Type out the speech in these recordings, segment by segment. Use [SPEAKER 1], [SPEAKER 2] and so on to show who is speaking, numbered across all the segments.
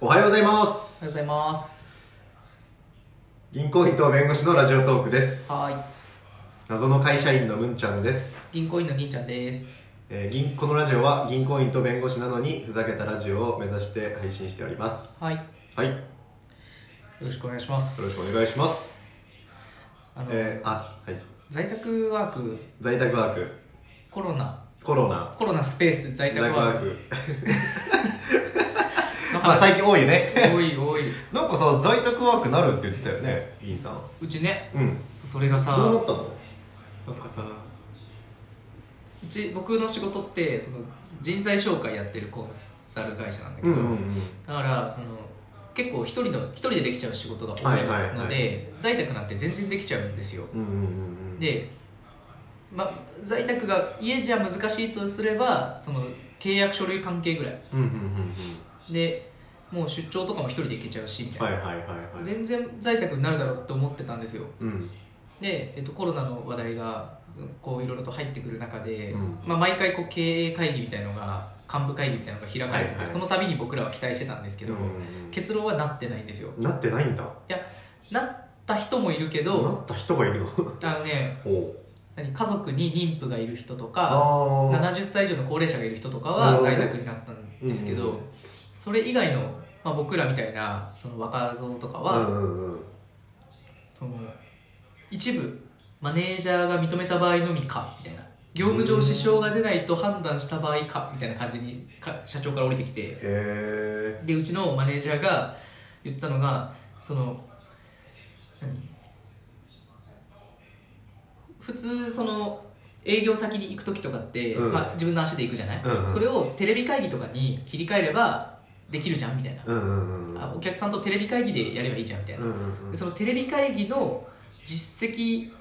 [SPEAKER 1] おはようございま
[SPEAKER 2] おはよう
[SPEAKER 1] す
[SPEAKER 2] ございます。
[SPEAKER 1] 銀行員と弁護士のラジオトークです
[SPEAKER 2] は
[SPEAKER 1] 謎の会社員のむんちゃんです、
[SPEAKER 2] ーい。銀行員の銀ちゃんです。
[SPEAKER 1] えー銀このラジオは銀行員と弁護士なのにふざけたラジオを目指して配信しております
[SPEAKER 2] はい。よ
[SPEAKER 1] はいよ
[SPEAKER 2] ろしくお願いします。
[SPEAKER 1] ろしくお願いします
[SPEAKER 2] あの、
[SPEAKER 1] えー、あはい
[SPEAKER 2] 在宅ワーク、
[SPEAKER 1] 在宅ワーク
[SPEAKER 2] コロナ、
[SPEAKER 1] コロナ
[SPEAKER 2] コロナスペース
[SPEAKER 1] 在
[SPEAKER 2] 在宅
[SPEAKER 1] 宅ワ
[SPEAKER 2] ワー
[SPEAKER 1] ー
[SPEAKER 2] ク
[SPEAKER 1] クま
[SPEAKER 2] の
[SPEAKER 1] あ
[SPEAKER 2] 話。
[SPEAKER 1] 最近多いね
[SPEAKER 2] おいおい。
[SPEAKER 1] なんかさ在宅ワークなるって言ってたよね議員さん
[SPEAKER 2] うちね、
[SPEAKER 1] うん
[SPEAKER 2] それがさ、
[SPEAKER 1] どうなったの
[SPEAKER 2] なんかさ、うち、僕の仕事って、その、人材紹介やってるコンサル会社なんだけど、だから、その、結構一人の、一人でできちゃう仕事が多いので、
[SPEAKER 1] はいはいはい
[SPEAKER 2] 在宅なんて全然できちゃうんですよ。
[SPEAKER 1] うんうんうんうん
[SPEAKER 2] で、まあ、在宅が家じゃ難しいとすればその契約書類関係ぐらい
[SPEAKER 1] うんうんうん
[SPEAKER 2] でもう出張とかも一人で行けちゃうしみ
[SPEAKER 1] うん
[SPEAKER 2] たいな、
[SPEAKER 1] はいはいはいはい
[SPEAKER 2] 全然在宅になるだろうと思ってたんですよ
[SPEAKER 1] うん
[SPEAKER 2] で、えっと、コロナの話題がこういろいろと入ってくる中で、
[SPEAKER 1] うん
[SPEAKER 2] まあ、毎回こう経営会議みたいのが幹部会議みたいのが開かれてて、
[SPEAKER 1] はいはい
[SPEAKER 2] その度に僕らは期待してたんですけど、
[SPEAKER 1] うんうんうん
[SPEAKER 2] 結論はなってないんですよ
[SPEAKER 1] なってないんだ
[SPEAKER 2] なった人もいるけ
[SPEAKER 1] な
[SPEAKER 2] ど
[SPEAKER 1] った人がいるの
[SPEAKER 2] あのね
[SPEAKER 1] お
[SPEAKER 2] 何家族に妊婦がいる人とか
[SPEAKER 1] あー
[SPEAKER 2] 70歳以上の高齢者がいる人とか
[SPEAKER 1] なる
[SPEAKER 2] は
[SPEAKER 1] ほど
[SPEAKER 2] 在
[SPEAKER 1] ね
[SPEAKER 2] 宅になったんですけど、
[SPEAKER 1] うん
[SPEAKER 2] それ以外の、まあ、僕らみたいなその若造とかは、
[SPEAKER 1] うんうんうん
[SPEAKER 2] その一部マネージャーが認めた場合のみかみたいな業務上支障が出ないと判断した場合かみたいな感じにか社長から降りてきて
[SPEAKER 1] へ
[SPEAKER 2] でうちのマネージャーが言ったのがその何普通その営業先に行く時とかって、
[SPEAKER 1] うん
[SPEAKER 2] まあ、自分の足で行くじゃない、
[SPEAKER 1] うんうん
[SPEAKER 2] それをテレビ会議とかに切り替えればできるじゃんみたいな
[SPEAKER 1] え、うんうんうん
[SPEAKER 2] あお客さんとテレビ会議でやればいいじゃんみたいな、
[SPEAKER 1] うんうんうん
[SPEAKER 2] でそのテレビ会議の実績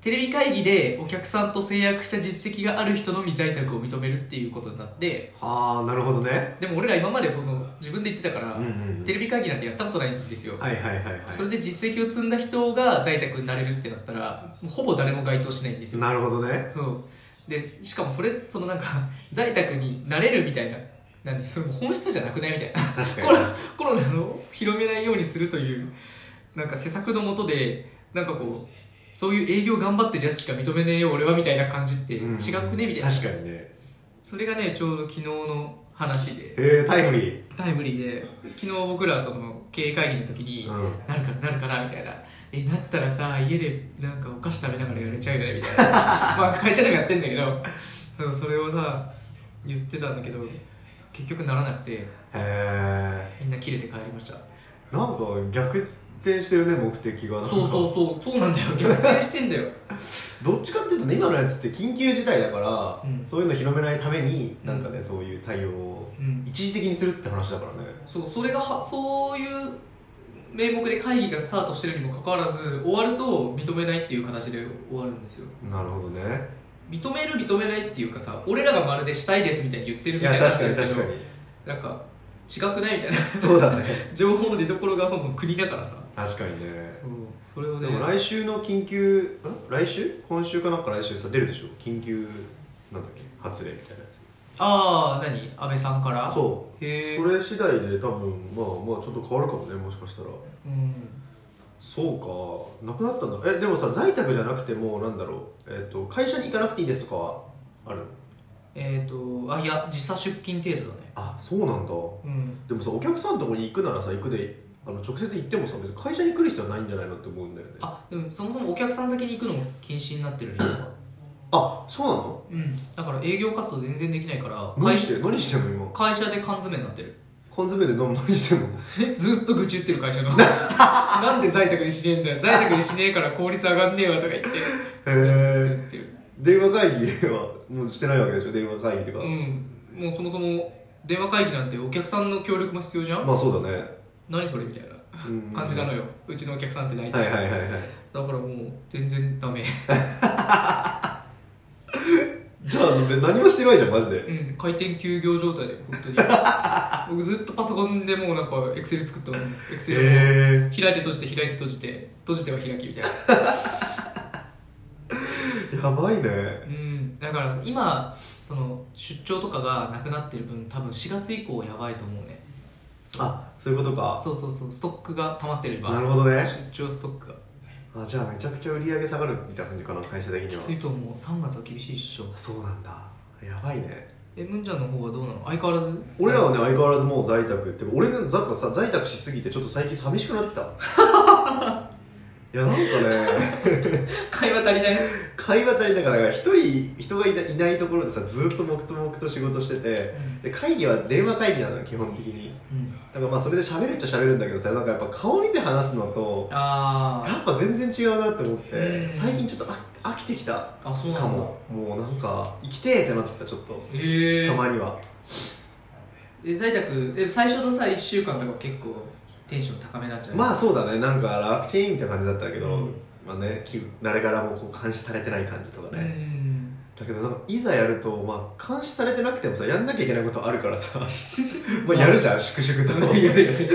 [SPEAKER 2] テレビ会議でお客さんと制約した実績がある人のみ在宅を認めるっていうことになって
[SPEAKER 1] はあなるほどね
[SPEAKER 2] でも俺ら今までその自分で言ってたから、
[SPEAKER 1] うんうんうん
[SPEAKER 2] テレビ会議なんてやったことないんですよ、
[SPEAKER 1] はいはいはいは
[SPEAKER 2] それで実績を積んだ人が在宅になれるってなったらもうほぼ誰も該当しないんです
[SPEAKER 1] い
[SPEAKER 2] よ
[SPEAKER 1] なるほどね
[SPEAKER 2] そうでしかもそれそのなんか 在宅になれるみたいな何それもう本質じゃなくないみたいな
[SPEAKER 1] 確
[SPEAKER 2] コ
[SPEAKER 1] か
[SPEAKER 2] ロ
[SPEAKER 1] に
[SPEAKER 2] コロナの広めないようにするというなんか施策のもとでなんかこうそういう営業頑張ってるやつしか認めねえよ俺はみたいな感じって違くね
[SPEAKER 1] うん
[SPEAKER 2] みたいな、
[SPEAKER 1] 確かにね
[SPEAKER 2] それがねちょうど昨日の話で
[SPEAKER 1] へえタイムリ
[SPEAKER 2] タイムリーで昨日僕らその経営会議の時に、
[SPEAKER 1] ーうん
[SPEAKER 2] なるからなるからみたいなえなったらさ家でなんかお菓子食べながらやれちゃうよねみたいな まあ会社でもやってんだけどそうそれをさ言ってたんだけど結局ならなくて
[SPEAKER 1] へえ
[SPEAKER 2] みんな切れて帰りました
[SPEAKER 1] なんか逆転してるね目的がなんか
[SPEAKER 2] そうそうそうそうなんだよ逆転してんだよ
[SPEAKER 1] どっちかっていうとね今のやつって緊急事態だから、
[SPEAKER 2] うん
[SPEAKER 1] そういうの広めないために
[SPEAKER 2] うん
[SPEAKER 1] なんかね、そういう対応を
[SPEAKER 2] うん
[SPEAKER 1] 一時的にするって話だからね
[SPEAKER 2] そうそれがはそういう名目で会議がスタートしてるにもかかわらず終わると認めないっていう形で終わるんですよ
[SPEAKER 1] なるほどね
[SPEAKER 2] 認める認めないっていうかさ俺らがまるでしたいですみたいに言ってる
[SPEAKER 1] い
[SPEAKER 2] みた
[SPEAKER 1] や
[SPEAKER 2] いな
[SPEAKER 1] 確かに確かに
[SPEAKER 2] なんか違くないみたいな
[SPEAKER 1] そうだね
[SPEAKER 2] 情報の出所がそもそも国だからさ
[SPEAKER 1] 確かにね
[SPEAKER 2] そうそれを
[SPEAKER 1] で
[SPEAKER 2] ね
[SPEAKER 1] も来週の緊急ん来週今週かなんか来週さ出るでしょ緊急なんだっけ発令みたいなやつ
[SPEAKER 2] ああ何安倍さんから
[SPEAKER 1] そう
[SPEAKER 2] へえ
[SPEAKER 1] それ次第で多分まあまあちょっと変わるかもねもしかしたら
[SPEAKER 2] うん
[SPEAKER 1] そうかなくなったんだえでもさ在宅じゃなくてもなんだろう、えっと会社に行かなくていいですとかはあるの
[SPEAKER 2] えっ、とあいや時差出勤程度だね
[SPEAKER 1] あそうなんだ
[SPEAKER 2] うん
[SPEAKER 1] でもさお客さんのところに行くならさ行くであの直接行ってもさ別に会社に来る必要はないんじゃないのって思うんだよねあ
[SPEAKER 2] あでもそもそもお客さん先に行くのも禁止に なってる理由は
[SPEAKER 1] そうなの
[SPEAKER 2] うんだから営業活動全然できないから
[SPEAKER 1] 何
[SPEAKER 2] 会
[SPEAKER 1] してる何してるの今
[SPEAKER 2] 会社で缶詰になってる
[SPEAKER 1] 缶詰で飲む何してるの
[SPEAKER 2] えずっと愚痴言ってる会社の なんで在宅にしねえんだよ在宅にしねえから効率上がんねえわとか言ってずっと
[SPEAKER 1] へえ
[SPEAKER 2] 言ってる
[SPEAKER 1] 電話会議はもうしてないわけでしょ電話会議と
[SPEAKER 2] う
[SPEAKER 1] か、
[SPEAKER 2] んもうそもそも電話会議なんてお客さんの協力も必要じゃん
[SPEAKER 1] まあそうだね、
[SPEAKER 2] 何それみたいな
[SPEAKER 1] うん
[SPEAKER 2] 感じなのようちのお客さんって大体、
[SPEAKER 1] はいはいはいはい
[SPEAKER 2] だからもう全然ダメ
[SPEAKER 1] じゃあ何もしてないじゃんマジで
[SPEAKER 2] うん回転休業状態で 本当に僕ずっとパソコンでもうなんかエクセル作ってますねエクセル
[SPEAKER 1] へえ
[SPEAKER 2] 開いて閉じて開いて閉じて閉じては開きみたいな
[SPEAKER 1] やばいね
[SPEAKER 2] うんだから今その出張とかがなくなってる分多分4月以降やばいと思うねそう
[SPEAKER 1] あそういうことか
[SPEAKER 2] そうそうそうストックが溜まってれば
[SPEAKER 1] なるほどね
[SPEAKER 2] 出張ストックが
[SPEAKER 1] あじゃあめちゃくちゃ売り上げ下がるみたいな感じかな会社的に
[SPEAKER 2] き
[SPEAKER 1] は
[SPEAKER 2] ついと思う3月は厳しいっしょ
[SPEAKER 1] そうなんだやばいね
[SPEAKER 2] えムンちゃんの方はどうなの相変わらず
[SPEAKER 1] 俺らはね相変わらずもう在宅ってか俺なんかさ在宅しすぎてちょっと最近寂しくなってき たいやなんかね
[SPEAKER 2] 会話足りない
[SPEAKER 1] 会話足りながら一人人がいないいないところでさずっと黙々と仕事しててで会議は電話会議なのよ基本的に
[SPEAKER 2] うん
[SPEAKER 1] だからまあそれで喋るっちゃ喋るんだけどさなんかやっぱ顔見て話すのとや
[SPEAKER 2] あ
[SPEAKER 1] っぱ全然違うなって思って
[SPEAKER 2] うん
[SPEAKER 1] 最近ちょっとあ飽きてきた
[SPEAKER 2] ーあそうな
[SPEAKER 1] か
[SPEAKER 2] んだ
[SPEAKER 1] ももうなんか生きてーってなってきたちょっと
[SPEAKER 2] へえ
[SPEAKER 1] たまには
[SPEAKER 2] え在宅え最初のさ1週間とか結構テンション高めになっちゃう
[SPEAKER 1] まあそうだねなんか楽ちんみたいな感じだったけど、
[SPEAKER 2] うん
[SPEAKER 1] まあねき誰からもこう監視されてない感じとか
[SPEAKER 2] う
[SPEAKER 1] ね、
[SPEAKER 2] ん
[SPEAKER 1] だけどなんかいざやると、まあ、監視されてなくてもさやんなきゃいけないことあるから さまあやるじゃん粛々と
[SPEAKER 2] い やいやいや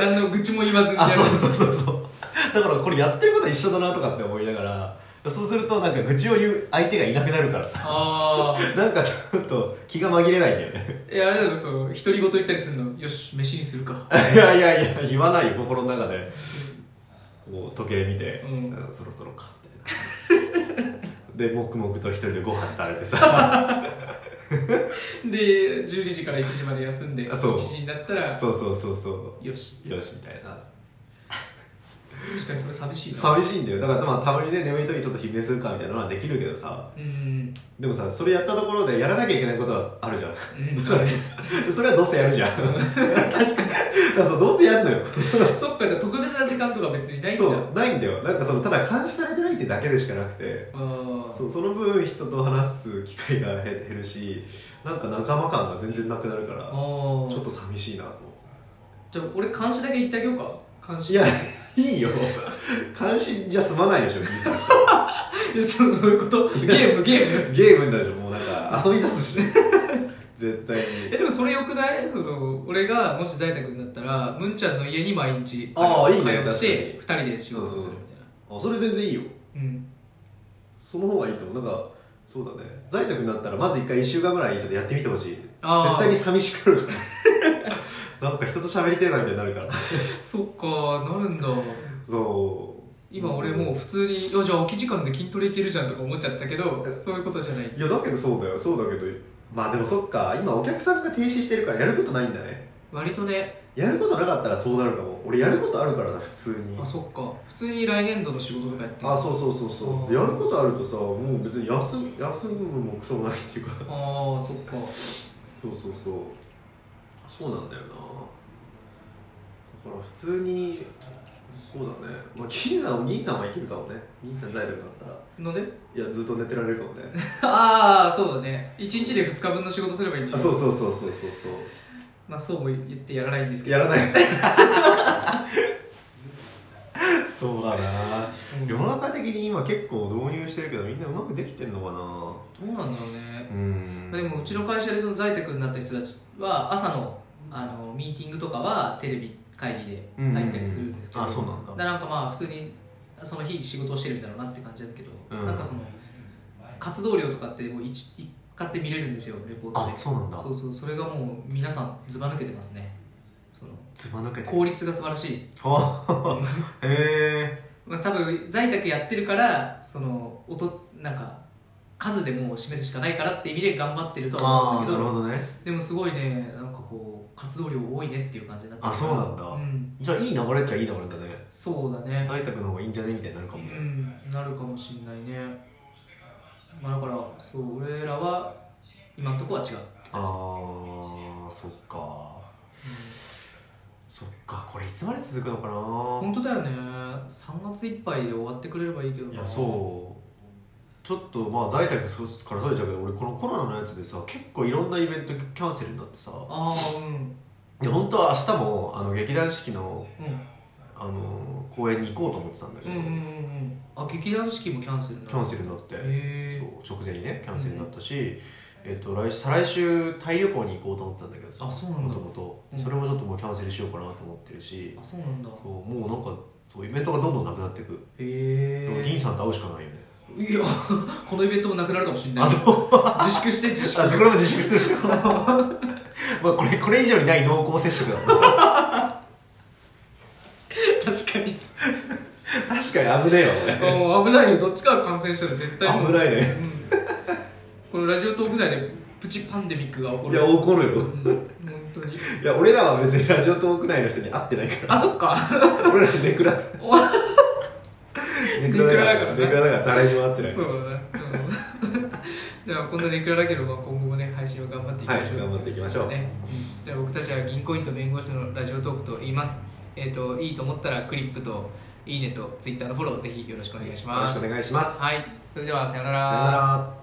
[SPEAKER 2] 何の愚痴も言わずに
[SPEAKER 1] あ
[SPEAKER 2] やる
[SPEAKER 1] そうそうそうそうだからこれやってることは一緒だなとかって思いながらそうするとなんか愚痴を言う相手がいなくなるからさ
[SPEAKER 2] あ
[SPEAKER 1] なんかちょっと気が紛れないんだよ ね
[SPEAKER 2] あいやあれだよそう独り言言ったりするのよし飯にするか
[SPEAKER 1] いやいやいや言わないよ心の中でこう時計見て、
[SPEAKER 2] うん
[SPEAKER 1] うんそろそろかみたいな で黙々と一人でご飯食べて さ
[SPEAKER 2] で12時から1時まで休んで
[SPEAKER 1] あそう
[SPEAKER 2] 1時になったら
[SPEAKER 1] そうそうそうそ
[SPEAKER 2] よし
[SPEAKER 1] うよしみたいな
[SPEAKER 2] 確かにそれ寂しいな
[SPEAKER 1] 寂しいんだよだからまあたまにね眠い時ちょっと昼寝するかみたいなのはできるけどさ
[SPEAKER 2] うん
[SPEAKER 1] でもさそれやったところでやらなきゃいけないことはあるじゃん
[SPEAKER 2] うん
[SPEAKER 1] それはどうせやるじゃん だか
[SPEAKER 2] 確かに
[SPEAKER 1] らそうどうせやんのよ
[SPEAKER 2] そっかじゃあ特別な時間とか別にないんだ
[SPEAKER 1] そうないんだよなんかそのただ監視されてないってだけでしかなくて
[SPEAKER 2] ああ
[SPEAKER 1] そうその分人と話す機会が減減るしなんか仲間感が全然なくなるから
[SPEAKER 2] ああ
[SPEAKER 1] ちょっと寂しいなと思
[SPEAKER 2] じゃあ俺監視だけ言ってあげようか監
[SPEAKER 1] う
[SPEAKER 2] 視
[SPEAKER 1] い や いいよ監視じゃ済まないでしょ兄さん
[SPEAKER 2] いやそういうことゲームゲーム
[SPEAKER 1] ゲームになるでしょもうなんか遊び出すでしょ絶対に
[SPEAKER 2] えでもそれよくないその俺がもし在宅になったらむんちゃんの家に毎日
[SPEAKER 1] あーいい
[SPEAKER 2] 通
[SPEAKER 1] ね
[SPEAKER 2] っ
[SPEAKER 1] 確か
[SPEAKER 2] て
[SPEAKER 1] に
[SPEAKER 2] 2人で仕事するみ
[SPEAKER 1] あそれ全然いいよ
[SPEAKER 2] たいなうん
[SPEAKER 1] その方がいいと思うなんかそうだね在宅になったらまず一回1週間ぐらいちょっとやってみてほしい
[SPEAKER 2] あー
[SPEAKER 1] 絶対に寂しくなるから なんか人と喋りてえなみたいになるから
[SPEAKER 2] そっかなるんだ
[SPEAKER 1] そう
[SPEAKER 2] 今俺もう普通に「いやじゃあ空き時間で筋トレいけるじゃん」とか思っちゃってたけどそういうことじゃない
[SPEAKER 1] いやだけどそうだよそうだけどまあでもそっか今お客さんが停止してるからやることないんだね
[SPEAKER 2] 割とね
[SPEAKER 1] やることなかったらそうなるかも俺やることあるからさ普通に
[SPEAKER 2] あそっか普通に来年度の仕事とかやってる
[SPEAKER 1] あそうそうそうそうで
[SPEAKER 2] あー
[SPEAKER 1] やることあるとさもう別に休む休むもクソもないっていうか
[SPEAKER 2] あーそっか
[SPEAKER 1] そうそうそうそうなんだよなだから普通にそうだねまあ銀さん銀さんはいけるかもね銀さん在宅だったら
[SPEAKER 2] ので
[SPEAKER 1] いやずっと寝てられるかもね
[SPEAKER 2] ああそうだね1日で2日分の仕事すればいいんでしょ
[SPEAKER 1] あそうそうそうそうそうそう
[SPEAKER 2] まあそうも言ってやらないんですけど
[SPEAKER 1] やらない そうだな
[SPEAKER 2] うん
[SPEAKER 1] 世の中的に今結構導入してるけどみんなうまくできてんのか
[SPEAKER 2] どうなんだろうね
[SPEAKER 1] なうん
[SPEAKER 2] でもうちの会社でその在宅になった人たちは朝のあのミーティングとかはテレビ会議で入ったりするんですけど、
[SPEAKER 1] うんうんうんあそうなんだ
[SPEAKER 2] でなんかまあ普通にその日仕事をしてるんだろうなって感じだけど、
[SPEAKER 1] うん
[SPEAKER 2] なんかその活動量とかってもう一一括で見れるんですよレポートで
[SPEAKER 1] あそうなんだ
[SPEAKER 2] そうそうそれがもう皆さんずば抜けてますねその
[SPEAKER 1] つま抜けて
[SPEAKER 2] 効率が素晴らしい、
[SPEAKER 1] あ へ
[SPEAKER 2] まあ、多分在宅やってるからその音なんか数でもう示すしかないからって意味で頑張ってる
[SPEAKER 1] え
[SPEAKER 2] とは思うんだけど
[SPEAKER 1] どね
[SPEAKER 2] でもすごいねなんかこう活動量多いねっていう感じになってるから
[SPEAKER 1] あそうなんだ
[SPEAKER 2] うん、
[SPEAKER 1] じゃあいい流れっちゃいい流れだね
[SPEAKER 2] そうだね
[SPEAKER 1] 在宅の方がいいんじゃねみたいになるか
[SPEAKER 2] う
[SPEAKER 1] もね、
[SPEAKER 2] んなるかもしんないねまあだからそう俺らは今んとこは違うって
[SPEAKER 1] あ
[SPEAKER 2] 感じ
[SPEAKER 1] ーそっかそっかこれいつまで続くのかな
[SPEAKER 2] 本当だよね3月いっぱいで終わってくれればいいけどない
[SPEAKER 1] やそうちょっとまあ在宅そからそれちゃうけど俺このコロナのやつでさ結構いろんなイベントキャンセルになってさ
[SPEAKER 2] ああうん
[SPEAKER 1] で本当は明日もあの劇団四季の
[SPEAKER 2] うん
[SPEAKER 1] あの公演に行こうと思ってたんだけ
[SPEAKER 2] う
[SPEAKER 1] ど、
[SPEAKER 2] んうんうんうんあ劇団四季もキャンセルにな
[SPEAKER 1] キャン
[SPEAKER 2] る
[SPEAKER 1] セルになって、
[SPEAKER 2] へえ
[SPEAKER 1] そう直前にねキャンセルになったし、えっと来週再来週タイ旅行に行こうと思ってたんだけどさ
[SPEAKER 2] あそうなん
[SPEAKER 1] も
[SPEAKER 2] だ
[SPEAKER 1] ともと
[SPEAKER 2] うん
[SPEAKER 1] それもちょっともうキャンセルしようかなと思ってるし、
[SPEAKER 2] あそうなんだへ
[SPEAKER 1] そうもうなんかそうイベントがどんどんなくなっていく、でも銀
[SPEAKER 2] え
[SPEAKER 1] さんと会うしかないよね
[SPEAKER 2] いやこのイベントもなくなるかもしんない
[SPEAKER 1] あそう
[SPEAKER 2] 自粛して自粛
[SPEAKER 1] あそこらも自粛するまあこれこれ以上にない濃厚接触だもん確
[SPEAKER 2] 確かに
[SPEAKER 1] かに危ねえよ
[SPEAKER 2] もう危ないよどっちかが感染したら絶対もう
[SPEAKER 1] 危ないね
[SPEAKER 2] うんこのラジオトーク内でプチパンデミックが起こ
[SPEAKER 1] い
[SPEAKER 2] る
[SPEAKER 1] や怒るよ
[SPEAKER 2] うん本当に
[SPEAKER 1] いや俺らは別にラジオトーク内の人に会ってないか
[SPEAKER 2] あそっから
[SPEAKER 1] 俺らネクラ
[SPEAKER 2] お
[SPEAKER 1] ネクラだから
[SPEAKER 2] ネ
[SPEAKER 1] ネ
[SPEAKER 2] ク
[SPEAKER 1] ク
[SPEAKER 2] ラ
[SPEAKER 1] ラだから誰にも会ってない
[SPEAKER 2] そうだね、うんじゃあこんなネクラだけど、まあ、今後もね配信を頑張っていき
[SPEAKER 1] はい
[SPEAKER 2] ましょう、
[SPEAKER 1] 頑張っていきましょう
[SPEAKER 2] ね、じゃあ僕たちは銀行員と弁護士のラジオトークと言いますえっ、といいと思ったらクリップといいねとツイッターのフォローぜひよろしくお願いし
[SPEAKER 1] よろ
[SPEAKER 2] ま
[SPEAKER 1] し
[SPEAKER 2] す
[SPEAKER 1] くお願いします
[SPEAKER 2] はいそれではさよ
[SPEAKER 1] さよなら